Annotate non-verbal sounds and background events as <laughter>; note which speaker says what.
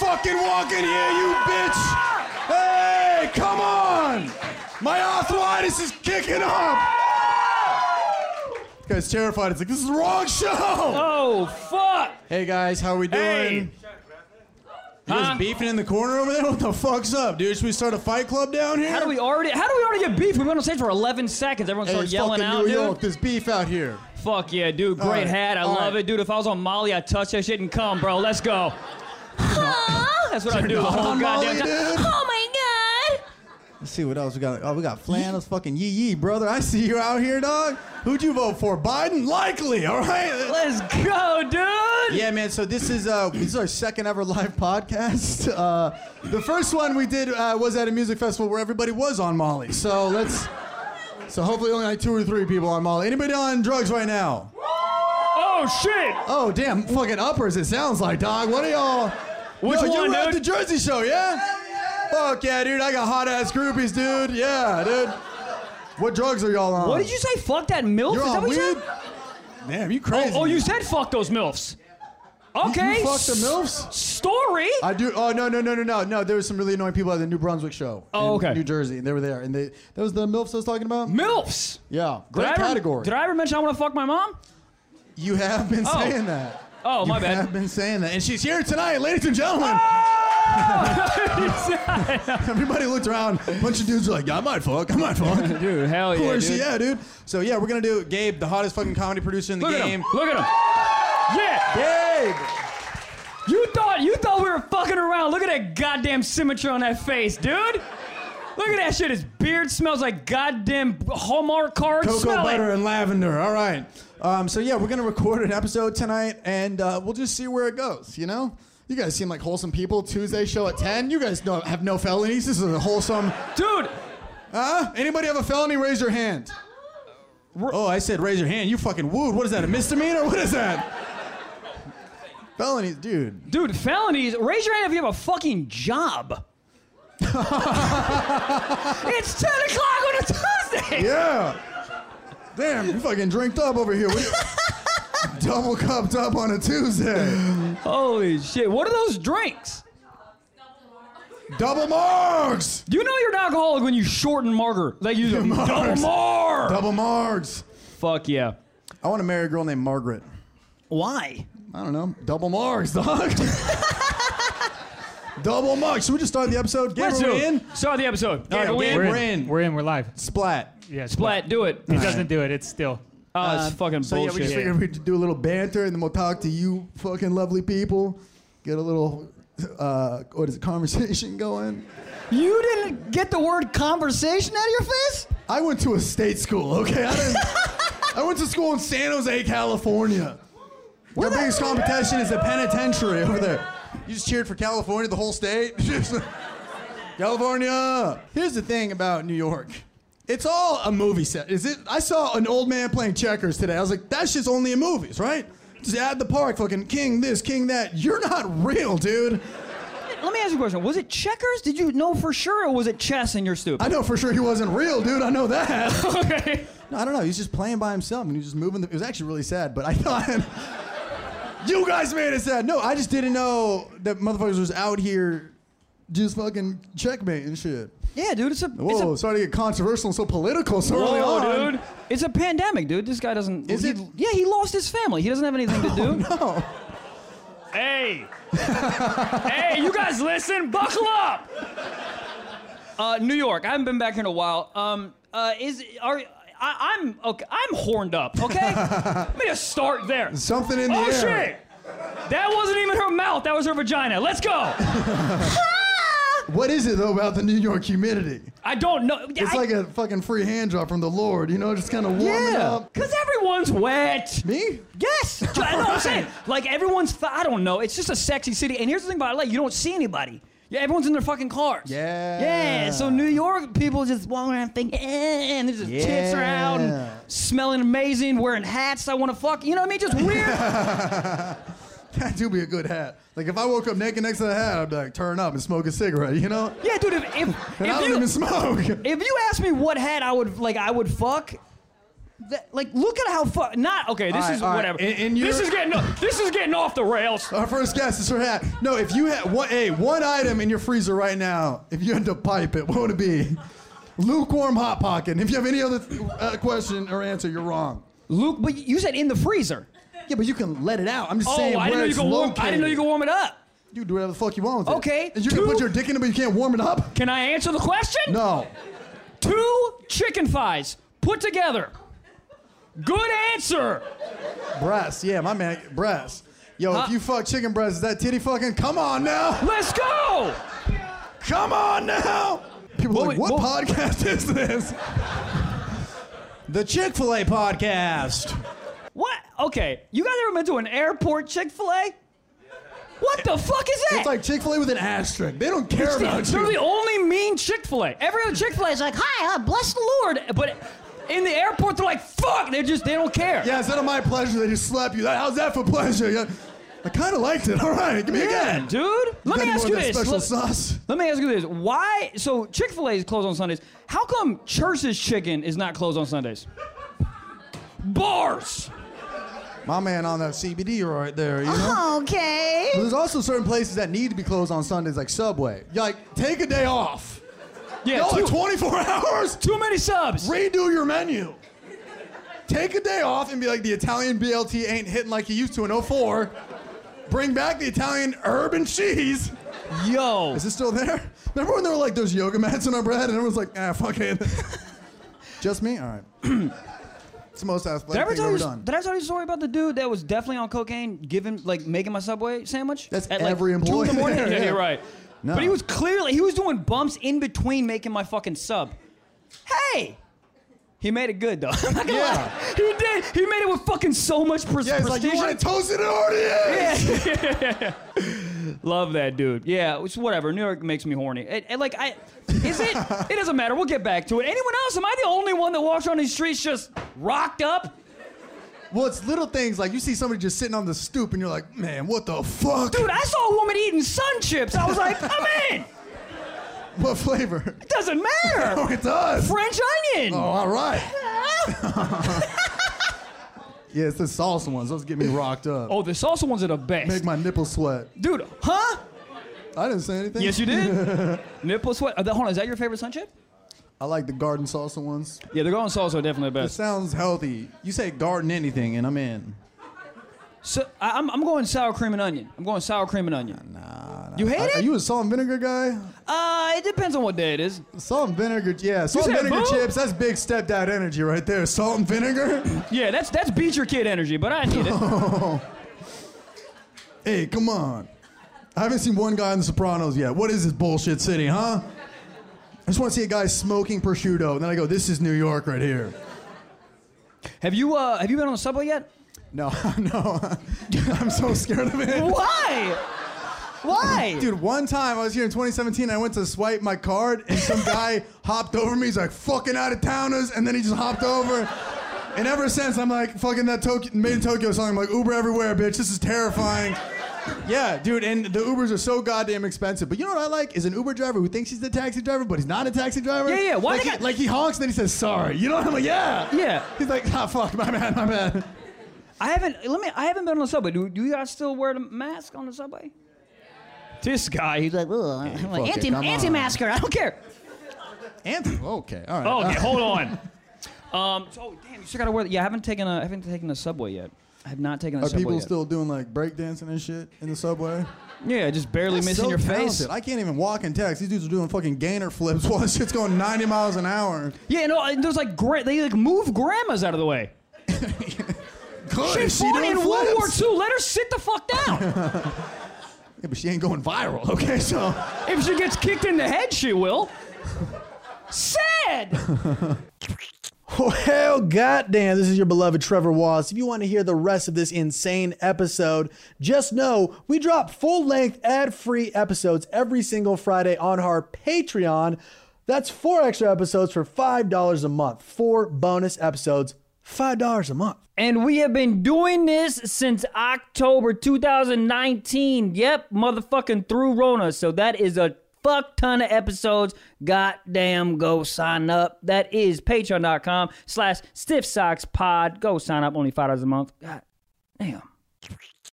Speaker 1: fucking walk in here, you bitch! Hey, come on! My arthritis is kicking up! This guy's terrified. It's like, this is the wrong show!
Speaker 2: Oh fuck!
Speaker 1: Hey guys, how we doing?
Speaker 2: Hey.
Speaker 1: You
Speaker 2: Huh?
Speaker 1: guys beefing in the corner over there? What the fuck's up, dude? Should we start a fight club down here?
Speaker 2: How do we already? How do we already get beef? We went on stage for 11 seconds. Everyone
Speaker 1: Hey,
Speaker 2: started
Speaker 1: it's
Speaker 2: yelling
Speaker 1: fucking
Speaker 2: out,
Speaker 1: New
Speaker 2: dude.
Speaker 1: York. There's beef out here.
Speaker 2: Fuck yeah, dude. Great
Speaker 1: right,
Speaker 2: hat. I
Speaker 1: all
Speaker 2: love
Speaker 1: right.
Speaker 2: it, dude. If I was on Molly, I'd touch that shit and come, bro.
Speaker 1: <laughs>
Speaker 2: Let's go. That's what I do the
Speaker 1: not
Speaker 2: whole
Speaker 1: on Molly,
Speaker 2: goddamn time.
Speaker 1: dude.
Speaker 2: Oh my god.
Speaker 1: Let's see what else we got. Oh, we got flannels. Fucking yee yee, brother. I see you out here, dog. Who'd you vote for? Biden? Likely, all right?
Speaker 2: Let's go, dude.
Speaker 1: Yeah, man. So this is uh, this is our second ever live podcast. Uh, the first one we did uh, was at a music festival where everybody was on Molly. So let's. So hopefully only like two or three people on Molly. Anybody on drugs right now?
Speaker 2: Oh shit.
Speaker 1: Oh damn, fucking uppers. It sounds like dog. What are y'all?
Speaker 2: Which
Speaker 1: Yo,
Speaker 2: one,
Speaker 1: you were at
Speaker 2: dude?
Speaker 1: the Jersey Show, yeah? Fuck yeah, dude. I got hot ass groupies, dude. Yeah, dude. What drugs are y'all on?
Speaker 2: What did you say? Fuck that milf?
Speaker 1: You're
Speaker 2: Is
Speaker 1: on
Speaker 2: that what you
Speaker 1: weed.
Speaker 2: said?
Speaker 1: Damn, you crazy.
Speaker 2: Oh, you said fuck those milfs.
Speaker 1: You-
Speaker 2: Okay.
Speaker 1: You fuck the milfs.
Speaker 2: Story.
Speaker 1: I do. Oh no no no no no no! There was some really annoying people at the New Brunswick show.
Speaker 2: Oh,
Speaker 1: in
Speaker 2: okay.
Speaker 1: New Jersey, and they were there, and they that was the milfs I was talking about.
Speaker 2: milfs.
Speaker 1: Yeah,
Speaker 2: Did I
Speaker 1: great
Speaker 2: ever-
Speaker 1: category.
Speaker 2: Did I ever mention I want to fuck my mom?
Speaker 1: you have been
Speaker 2: Oh.
Speaker 1: saying that.
Speaker 2: Oh, my
Speaker 1: you
Speaker 2: bad. Ah!
Speaker 1: have been saying that, and she's here tonight, ladies and gentlemen.
Speaker 2: <laughs>
Speaker 1: Everybody looked around. A bunch of dudes were like, "Yeah, "I might fuck. I might fuck." Of
Speaker 2: Dude, hell yeah,
Speaker 1: course,
Speaker 2: dude.
Speaker 1: yeah, dude. So yeah, we're gonna do Gabe, the hottest fucking comedy producer in the
Speaker 2: Look at
Speaker 1: game.
Speaker 2: him. Look at him. Yeah.
Speaker 1: Gabe,
Speaker 2: You thought you thought we were fucking around. Look at that goddamn symmetry on that face, dude. Look at that shit. His beard smells like goddamn Hallmark cards.
Speaker 1: cocoa
Speaker 2: Smell
Speaker 1: butter
Speaker 2: it.
Speaker 1: and lavender. All right. Um, so yeah, we're gonna record an episode tonight, and uh, we'll just see where it goes. You know, you guys seem like wholesome people. Tuesday show at ten. You guys know, have no felonies. This is a wholesome.
Speaker 2: Dude,
Speaker 1: Huh? Anybody have a felony? Raise your hand. Oh, I said raise your hand. You fucking wooed. What is that? A misdemeanor? What is that? Felonies, dude.
Speaker 2: dude, felonies. Raise your hand if you have a
Speaker 1: <laughs>
Speaker 2: fucking job. it's 10 o'clock on a Tuesday.
Speaker 1: Yeah. Damn, you fucking drinked up over here. What
Speaker 2: <laughs>
Speaker 1: you- Double cupped up on a Tuesday.
Speaker 2: Holy shit. What are those drinks?
Speaker 1: Double marks.
Speaker 2: You know you're an alcoholic when you shorten marger. Like you do
Speaker 1: Margs.
Speaker 2: double mar.
Speaker 1: Double marks.
Speaker 2: Fuck yeah.
Speaker 1: I want to marry a girl named Margaret.
Speaker 2: Why?
Speaker 1: I don't know. Double marks,
Speaker 2: <laughs>
Speaker 1: dog. Double marks. Should we just start the episode? Gabe,
Speaker 2: Let's
Speaker 1: are
Speaker 2: do
Speaker 1: we
Speaker 2: it.
Speaker 1: in?
Speaker 2: Start the episode. Yeah,
Speaker 1: right,
Speaker 2: we
Speaker 1: Gabe,
Speaker 2: in?
Speaker 1: We're in.
Speaker 3: We're in. We're live.
Speaker 1: Splat. Uh,
Speaker 3: Yeah.
Speaker 2: Splat, do it.
Speaker 3: He doesn't do it. It's still.
Speaker 2: Oh, it's fucking
Speaker 1: so yeah, we
Speaker 2: bullshit.
Speaker 1: just figured we'd do a little banter, and then we'll talk to you fucking lovely people. Get a little, uh, what is it, conversation <laughs> going.
Speaker 2: you didn't get the word conversation out of your face?
Speaker 1: I went to a state school, okay? I, <laughs> didn't, I went to school in San Jose, California. Our biggest competition is the penitentiary over there. You just cheered for California, the whole state. <laughs> Just- California. Here's the thing about New York. It's all a movie set. Is it? I saw an old man playing checkers today. I was like, that's just only in movies, right? Just add the park, fucking king this, king that. You're not real, dude.
Speaker 2: Let me ask you a question. Was it checkers? Did you know for sure, or was it chess and you're
Speaker 1: I
Speaker 2: stupid?
Speaker 1: know for sure he wasn't real, dude. I know that. <laughs>
Speaker 2: okay.
Speaker 1: No, I don't know. He was just playing by himself and he was just moving. The, it was actually really sad, but I <laughs> thought you guys made it sad. No, I just didn't know that motherfuckers was out here just fucking checkmate and shit.
Speaker 2: Yeah, dude. It's a.
Speaker 1: Whoa,
Speaker 2: it's a
Speaker 1: sorry to get controversial and so political so early
Speaker 2: Whoa,
Speaker 1: on.
Speaker 2: dude. It's a pandemic, dude. This guy doesn't.
Speaker 1: Is
Speaker 2: he-
Speaker 1: it- Oh,
Speaker 2: Yeah, he lost his family. He doesn't have
Speaker 1: <laughs>
Speaker 2: anything to do.
Speaker 1: No.
Speaker 3: Hey.
Speaker 2: hey, you guys listen, buckle up. Uh, New York, I haven't been back here in a while. Um, uh, is are I, I'm okay? I'm horned up.
Speaker 1: <laughs>
Speaker 2: Okay, let me just start there.
Speaker 1: Something in the
Speaker 2: oh
Speaker 1: air.
Speaker 2: shit! That wasn't even her mouth. That was her vagina. Let's go.
Speaker 1: What is it though about the New York humidity?
Speaker 2: I don't know.
Speaker 1: It's like a fucking free hand drop from the Lord, you know, just kind of warming
Speaker 2: yeah,
Speaker 1: up.
Speaker 2: because everyone's wet.
Speaker 1: Me?
Speaker 2: Yes, <laughs> I know what I'm saying. Like everyone's, fi- I don't know. It's just a sexy city. And here's the thing about LA: you don't see anybody. Yeah, everyone's in their fucking cars.
Speaker 1: Yeah.
Speaker 2: Yeah. So New York people just walking around thinking, eh, and there's just tits
Speaker 1: Yeah.
Speaker 2: around, and smelling amazing, wearing hats. I want to fuck. You know what I mean?
Speaker 1: <laughs>
Speaker 2: Just weird.
Speaker 1: That do be a good hat. Like if I woke up naked next to the hat, I'd be like, turn up and smoke a cigarette, you know?
Speaker 2: yeah, dude. If if,
Speaker 1: And I
Speaker 2: if
Speaker 1: don't
Speaker 2: you
Speaker 1: even smoke.
Speaker 2: if you asked me what hat I would like, I would fuck. that, like look at how fu- not okay. This
Speaker 1: All right,
Speaker 2: is
Speaker 1: all right.
Speaker 2: whatever.
Speaker 1: In- in
Speaker 2: this
Speaker 1: your-
Speaker 2: is getting this is getting off the rails.
Speaker 1: Our first guess is her hat. No, if you had one, hey, one item in your freezer right now, if you had to pipe it, what would it be? Lukewarm hot pocket. And if you have any other uh, question or answer, you're wrong.
Speaker 2: Luke, but you said in the freezer.
Speaker 1: Yeah, but you can let it out. I'm just
Speaker 2: Oh,
Speaker 1: saying where
Speaker 2: I didn't know you
Speaker 1: it's
Speaker 2: could warm.
Speaker 1: located.
Speaker 2: I didn't know you could warm it up.
Speaker 1: You can do whatever the fuck you want with it.
Speaker 2: Okay,
Speaker 1: And you can put
Speaker 2: two-
Speaker 1: your dick in it, but you can't warm it up.
Speaker 2: Can I answer the question?
Speaker 1: No.
Speaker 2: Two chicken thighs put together. Good answer.
Speaker 1: Breasts. Yeah, my man. Breasts. Yo,
Speaker 2: Huh?
Speaker 1: if you fuck chicken breasts, is that titty fucking? Come on now.
Speaker 2: Let's go.
Speaker 1: Come on now. People are
Speaker 2: What
Speaker 1: like,
Speaker 2: we-
Speaker 1: what
Speaker 2: what-
Speaker 1: podcast is this? the Chick fil A podcast.
Speaker 2: What? Okay, you guys ever been to an airport Chick Fil A? What the fuck is that?
Speaker 1: It's like Chick fil A with an asterisk. They don't care
Speaker 2: They're
Speaker 1: about
Speaker 2: the
Speaker 1: you.
Speaker 2: only mean Chick Fil A. Every other Chick Fil A is like, "Hi, uh, bless the Lord," but in the airport they're like, "Fuck!" They just they don't care.
Speaker 1: Yeah, it's not my pleasure. They just slap you. How's that for pleasure? Yeah. I kind of liked it. <laughs> All right, give me
Speaker 2: Yeah,
Speaker 1: again.
Speaker 2: dude. Let me
Speaker 1: Got
Speaker 2: ask
Speaker 1: more
Speaker 2: you
Speaker 1: of that
Speaker 2: this.
Speaker 1: Special
Speaker 2: Let-
Speaker 1: sauce.
Speaker 2: Let me ask you this: Why? So Chick Fil A is closed on Sundays. How come Church's Chicken is not closed on Sundays? Bars.
Speaker 1: My man on that CBD right there, you know?
Speaker 2: Okay.
Speaker 1: But there's also certain places that need to be closed on Sundays, like Subway. You're like, take a day off.
Speaker 2: Yeah.
Speaker 1: Y'all are
Speaker 2: Too,
Speaker 1: 24 <laughs> hours.
Speaker 2: too many subs.
Speaker 1: Redo your menu. Take a day off and be like, the Italian BLT ain't hitting like it used to in 04. Bring back the Italian herb and cheese.
Speaker 2: Yo.
Speaker 1: Is it still there? Remember when they were like, there's yoga mats in our bread? And everyone's like, ah, fuck it. <laughs> Just me? All right. <clears throat> it's the most
Speaker 2: Did I
Speaker 1: athletic
Speaker 2: ever
Speaker 1: thing
Speaker 2: tell
Speaker 1: I've
Speaker 2: you?
Speaker 1: ever done.
Speaker 2: Did I tell you the story about the dude that was definitely on cocaine, giving like making my subway sandwich?
Speaker 1: That's
Speaker 2: like,
Speaker 1: every
Speaker 2: Two in
Speaker 1: employee
Speaker 2: the morning.
Speaker 1: there, <laughs>
Speaker 2: yeah,
Speaker 1: yeah.
Speaker 2: you're right.
Speaker 1: No.
Speaker 2: But he was clearly he was doing bumps in between making my fucking sub. Hey. He made it good though. <laughs> I'm not gonna
Speaker 1: Yeah.
Speaker 2: lie. He did. He made it with fucking so much pres-
Speaker 1: Yeah, it's like,
Speaker 2: precision.
Speaker 1: you want
Speaker 2: <laughs>
Speaker 1: it toasted and already is. <laughs>
Speaker 2: Love that dude. Yeah, it's whatever. New York makes me horny. It, it- like I, is it? it doesn't matter. We'll get back to it. Anyone else? Am I the only one that walks on these streets just rocked up?
Speaker 1: <laughs> Well, it's little things like you see somebody just sitting on the stoop and you're like, man, what the fuck?
Speaker 2: Dude, I saw a woman eating sun chips. I was like, I'm in.
Speaker 1: What flavor? <laughs>
Speaker 2: It doesn't
Speaker 1: Oh, <laughs>
Speaker 2: matter.
Speaker 1: it does.
Speaker 2: French onion.
Speaker 1: Oh, all right. Oh. yeah, it's the salsa ones. Those get me rocked up.
Speaker 2: <laughs> Oh, the salsa ones are the best.
Speaker 1: Make my nipples sweat.
Speaker 2: Dude, huh?
Speaker 1: I didn't say anything.
Speaker 2: Yes, you did. <laughs> Nipple sweat. Uh, hold on, is that your favorite sun chip?
Speaker 1: I like the garden salsa ones.
Speaker 2: Yeah, the golden salsa are definitely the
Speaker 1: It
Speaker 2: best.
Speaker 1: sounds healthy. You say garden anything, and I'm in.
Speaker 2: So, I, I'm, I'm going sour cream and onion. I'm going sour cream and onion.
Speaker 1: Nah, nah.
Speaker 2: You hate
Speaker 1: Are- Are
Speaker 2: it?
Speaker 1: you a salt and vinegar guy?
Speaker 2: Uh, it depends on what day it is.
Speaker 1: Salt and vinegar, yeah. Salt and
Speaker 2: said
Speaker 1: vinegar
Speaker 2: both?
Speaker 1: chips. That's big stepdad energy right there. Salt and vinegar. <laughs>
Speaker 2: Yeah, that's that's beat your kid energy, but I need it.
Speaker 1: Hey, come on. I haven't seen one guy in The Sopranos yet. What is this bullshit city, huh? I just want to see a guy smoking prosciutto, and then I go, this is New York right here.
Speaker 2: have you uh have you been on the subway yet?
Speaker 1: No, <laughs> no. I'm so scared of it.
Speaker 2: Why? Why?
Speaker 1: Dude, one time I was here in 2017, I went to swipe my card, and
Speaker 2: <laughs>
Speaker 1: some guy hopped over me. He's like, fucking out of towners, and then he just hopped over. And ever since, I'm like, fucking that Tokyo, made in Tokyo song. I'm like, Uber everywhere, bitch. This is terrifying. Yeah, dude, and the Ubers are so goddamn expensive. But you know what I like is an Uber driver who thinks he's the taxi driver, but he's not a taxi driver.
Speaker 2: Yeah, yeah, why
Speaker 1: like,
Speaker 2: they
Speaker 1: he,
Speaker 2: got-
Speaker 1: like he honks, then he says sorry. You know what I'm like? Yeah.
Speaker 2: Yeah.
Speaker 1: He's like, ah, fuck, my bad, my bad.
Speaker 2: I haven't. Let me. I haven't been on the subway. Do, do you guys still wear the mask on the subway? This guy, he's like, Ugh. I'm
Speaker 1: fuck
Speaker 2: like
Speaker 1: it,
Speaker 2: anti
Speaker 1: come on."
Speaker 2: anti masker. I don't care.
Speaker 1: Anthony, okay, all
Speaker 2: Oh,
Speaker 1: right.
Speaker 3: Okay, hold on.
Speaker 2: Um. So damn, you still gotta wear. The, yeah, I haven't taken a. I haven't taken the subway yet. I have not taken the
Speaker 1: Are
Speaker 2: subway
Speaker 1: people
Speaker 2: yet.
Speaker 1: still doing like breakdancing and shit in the subway?
Speaker 2: yeah, just barely
Speaker 1: That's
Speaker 2: missing
Speaker 1: so
Speaker 2: your face.
Speaker 1: talented. I can't even walk in text. These dudes are doing fucking gainer flips <laughs> while this shit's going 90 miles an hour.
Speaker 2: Yeah, no. and There's like great. They like move grandmas out of the way.
Speaker 1: Good.
Speaker 2: She's
Speaker 1: is she
Speaker 2: born
Speaker 1: doing
Speaker 2: in
Speaker 1: flips?
Speaker 2: World War II. Let her sit the fuck
Speaker 1: <laughs>
Speaker 2: down.
Speaker 1: Yeah, but she ain't going viral. <laughs> Okay, so
Speaker 2: if she gets kicked in the head, she will. Sad.
Speaker 1: Well, goddamn, this is your beloved Trevor Wallace. If you want to hear the rest of this insane episode, just know we drop full length ad free episodes every single Friday on our Patreon. That's four extra episodes for $5 a month, four bonus episodes, $5 a month.
Speaker 2: And we have been doing this since October 2019. Yep, motherfucking through Rona. So that is a fuck ton of episodes. Goddamn, go sign up. That is patreon.com slash stiff socks pod. Go sign up, only $5 a month. God damn.